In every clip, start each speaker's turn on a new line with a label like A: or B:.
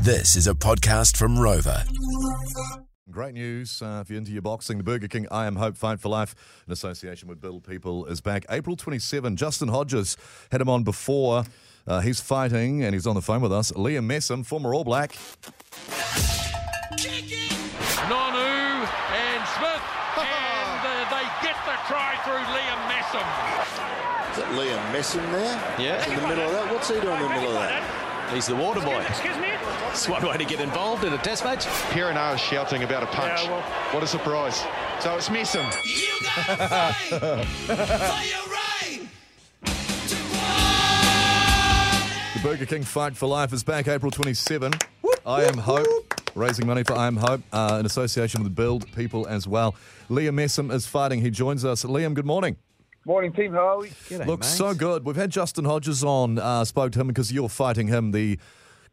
A: This is a podcast from Rover.
B: Great news uh, if you're into your boxing. The Burger King I Am Hope Fight for Life, an association with Bill People, is back April 27. Justin Hodges had him on before. Uh, he's fighting and he's on the phone with us. Liam Messam, former All Black.
C: Nonu and Smith. and uh, they get the try through Liam Messam.
D: Is that Liam Messam there?
E: Yeah.
D: In the middle of that? What's he doing in the middle of that?
E: He's the water boy.
F: Excuse me?
E: It's one way to get involved in a test match.
G: Pirinar is shouting about a punch.
F: Yeah, well-
G: What a surprise. So it's Messam.
H: You gotta fight for your right to
B: The Burger King Fight for Life is back April 27. I Am Hope, raising money for I Am Hope, uh, in association with Build People as well. Liam Messam is fighting. He joins us. Liam, good morning.
I: Morning, team. How are we?
B: Looks so good. We've had Justin Hodges on, uh, spoke to him because you're fighting him, the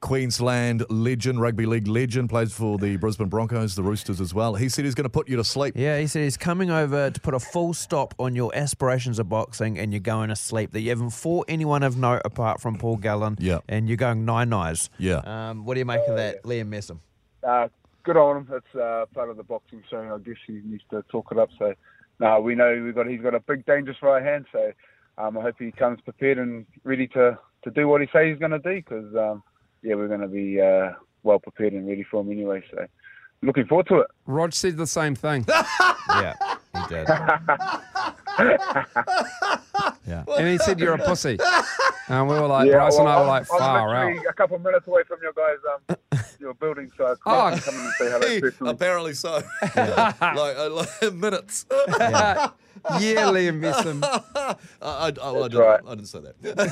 B: Queensland legend, rugby league legend, plays for the Brisbane Broncos, the Roosters as well. He said he's going to put you to sleep.
J: Yeah, he said he's coming over to put a full stop on your aspirations of boxing and you're going to sleep. That you haven't fought anyone of note apart from Paul Gallen.
B: Yeah. Uh,
J: And you're going nine eyes.
B: Yeah.
J: Um, what do you make of that, Liam Messam?
I: Uh, good on him. That's uh, part of the boxing show. I guess he needs to talk it up. So, no, we know we've got he's got a big, dangerous right hand. So, um, I hope he comes prepared and ready to, to do what he says he's going to do. Because, um, yeah, we're going to be uh, well prepared and ready for him anyway. So, looking forward to it.
K: Rog said the same thing.
J: yeah, he did. yeah.
K: and he said, You're a pussy. And we were like,
I: yeah,
K: Bryce and I were like,
I: I'm, I'm
K: Far out.
I: literally A couple of minutes away from your guys, um, your building. So, I'll
K: Oh.
I: come in and say hello personally.
B: Apparently so. like, uh, like minutes. I,
K: yeah, Liam Messam.
B: I, oh, I, didn't,
I: right.
B: I didn't say that.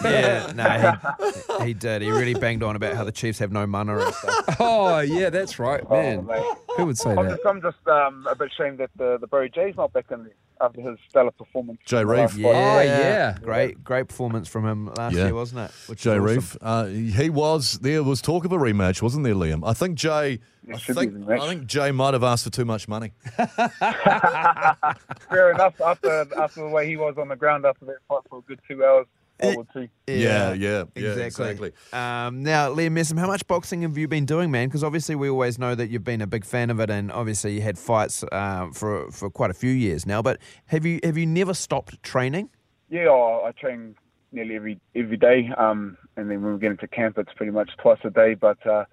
J: Yeah, no, he, he did. He really banged on about how the Chiefs have no mana and stuff.
K: Oh, yeah, that's right, man.
I: mate.
K: Who would say
I: I'm
K: that?
I: just, I'm just um, a bit ashamed that the, the Barry J's not back in there after his stellar performance.
B: Jay Reeve.
J: Yeah,
K: Oh, yeah.
J: Great, great performance from him last
B: Yeah.
J: year, wasn't it? Which is
B: Jay
J: awesome.
B: Reef, uh, he was. There was talk of a rematch, wasn't there, Liam? I think Jay. I
I: should be
B: think,
I: a rematch.
B: I think Jay might have asked for too much money.
I: Fair enough. After after the way he was on the ground after that fight for a good two hours, I would see.
B: Yeah, yeah, yeah, exactly.
J: Um, now, Liam Messam, how much boxing have you been doing, man? Because obviously we always know that you've been a big fan of it, and obviously you had fights uh, for for quite a few years now. But have you have you never stopped training?
I: Yeah, I, I train nearly every every day. Um, and then when we get into camp, it's pretty much twice a day. But uh,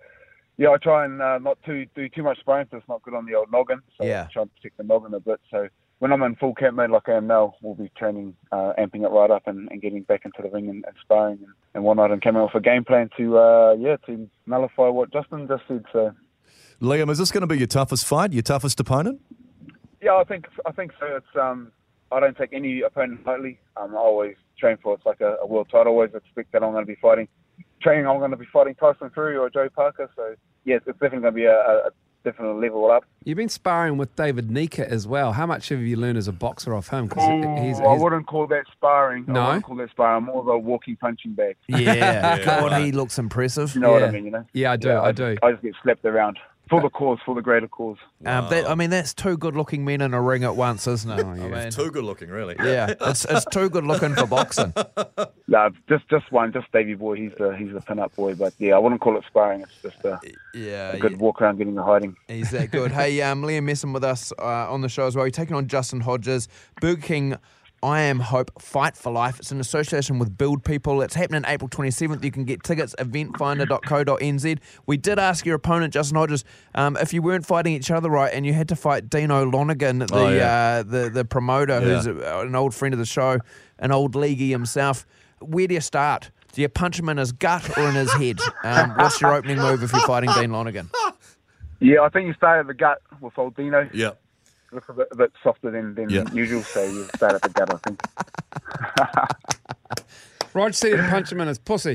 I: yeah, I try and uh, not to do too much sparring 'cause it's not good on the old noggin. So I
J: Yeah.
I: try and protect the noggin a bit. So when I'm in full camp mode like I am now, we'll be training, uh, amping it right up, and, and getting back into the ring and, and sparring and, and whatnot, and coming off a game plan to uh, yeah to nullify what Justin just said. So
B: Liam, is this going to be your toughest fight? Your toughest opponent?
I: Yeah, I think I think so. It's um, I don't take any opponent lightly. Um, I always train for it. it's like a, a world title. I always expect that I'm going to be fighting, training. I'm going to be fighting Tyson Fury or Joe Parker. So yes, it's definitely going to be a, a, a different level up.
K: You've been sparring with David Nika as well. How much have you learned as a boxer off him? Because he's,
I: I
K: he's
I: wouldn't call that sparring.
K: No?
I: I wouldn't call that sparring. I'm more of a walking punching bag.
J: Yeah, God, he looks impressive. Um,
I: You know what
K: Yeah.
I: I mean? You know?
K: Yeah, I do, I
I: just-
K: do.
I: I just get slapped around for the cause, for the greater cause.
J: Um, that, I mean, that's two good-looking men in a ring at once, isn't it? I mean,
B: Too good looking, really.
J: yeah, it's it's too good-looking for boxing.
I: No, just just one, just Davey boy. He's the he's the pin up boy. But yeah, I wouldn't call it sparring. It's just a,
J: Yeah,
K: Uh,
I: a good
J: yeah.
I: walk around, getting the hiding.
J: He's that good. hey, um, Liam Messam with us uh, on the show as well. He's taking on Justin Hodges, Burger King. I am Hope Fight for Life. It's an association with Build People. It's happening April 27th. You can get tickets eventfinder.co.nz. We did ask your opponent Justin Hodges um, if you weren't fighting each other right and you had to fight Dino Lonigan, the
B: Oh, yeah.
J: uh, the the promoter,
B: Yeah.
J: who's a, an old friend of the show, an old leaguey himself. Where do you start? Do you punch him in his gut or in his head? Um, what's your opening move if you're fighting Dean Lonigan?
I: Yeah, I think you start at the gut with old Dino.
B: Yeah.
I: Look a bit, a bit softer than, than
B: Yeah.
I: usual, so you start at the gut, I think.
K: Rog said he'd punch him in his pussy.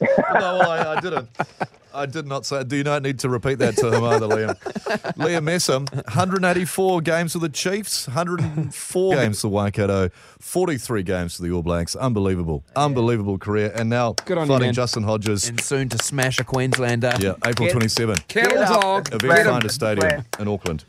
B: no, I, I didn't. I did not say. Do you not need to repeat that to him either, Liam? Liam Messam, 184 games for the Chiefs, 104 games for Waikato, 43 games for the All Blacks. Unbelievable, unbelievable career. And now
K: Good on you,
B: fighting
K: man.
B: Justin Hodges.
J: and soon to smash a Queenslander.
B: Yeah, April 27.
K: Cattle
J: up.
K: dog.
B: Event
K: Get him.
B: Finder Stadium in Auckland.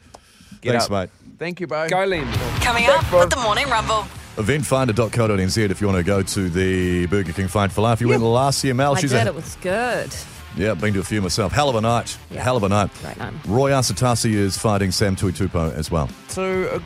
J: Get
B: Thanks,
J: up.
B: mate.
J: Thank you, bro.
K: Go, Liam.
H: Coming up with the Morning Rumble.
B: Eventfinder.co.nz if you want to go to the Burger King Fight for Life. You went last year,
L: I
B: Mel. Oh, She's
L: did.
B: a
L: It was good.
B: Yeah, been to a few myself. Hell of a night.
F: Yeah.
B: Hell of a night.
F: Great night.
B: Roy Asatasi is fighting Sam Tuitupo as well.
J: Two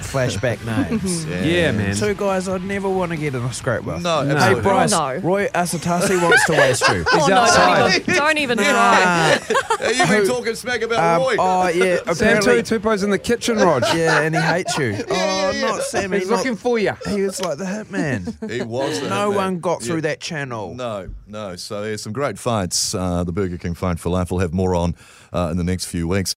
J: flashback names.
B: Yeah.
K: Yeah, man.
J: Two guys I'd never want to get in a scrape with.
B: No, No.
J: Hey,
B: absolutely
J: Bryce,
F: not. No.
J: Roy Asatasi wants to waste you.
F: Oh, no,
K: outside.
F: don't even, don't even try.
B: Hey, you've been talking smack about
J: Um,
B: Roy.
J: oh, yeah.
K: Sam
J: Apparently,
K: Tuitupo's in the kitchen, Rog.
J: yeah, and he hates you. Oh, not Sam.
K: He's
J: not-
K: looking for you.
J: He was like the hitman.
B: he was. the
J: no
B: hitman.
J: one got
B: Yeah.
J: through that channel.
B: No, no. So there's some great fights. Uh, the Burger King fight for life. We'll have more on uh, in the next few weeks.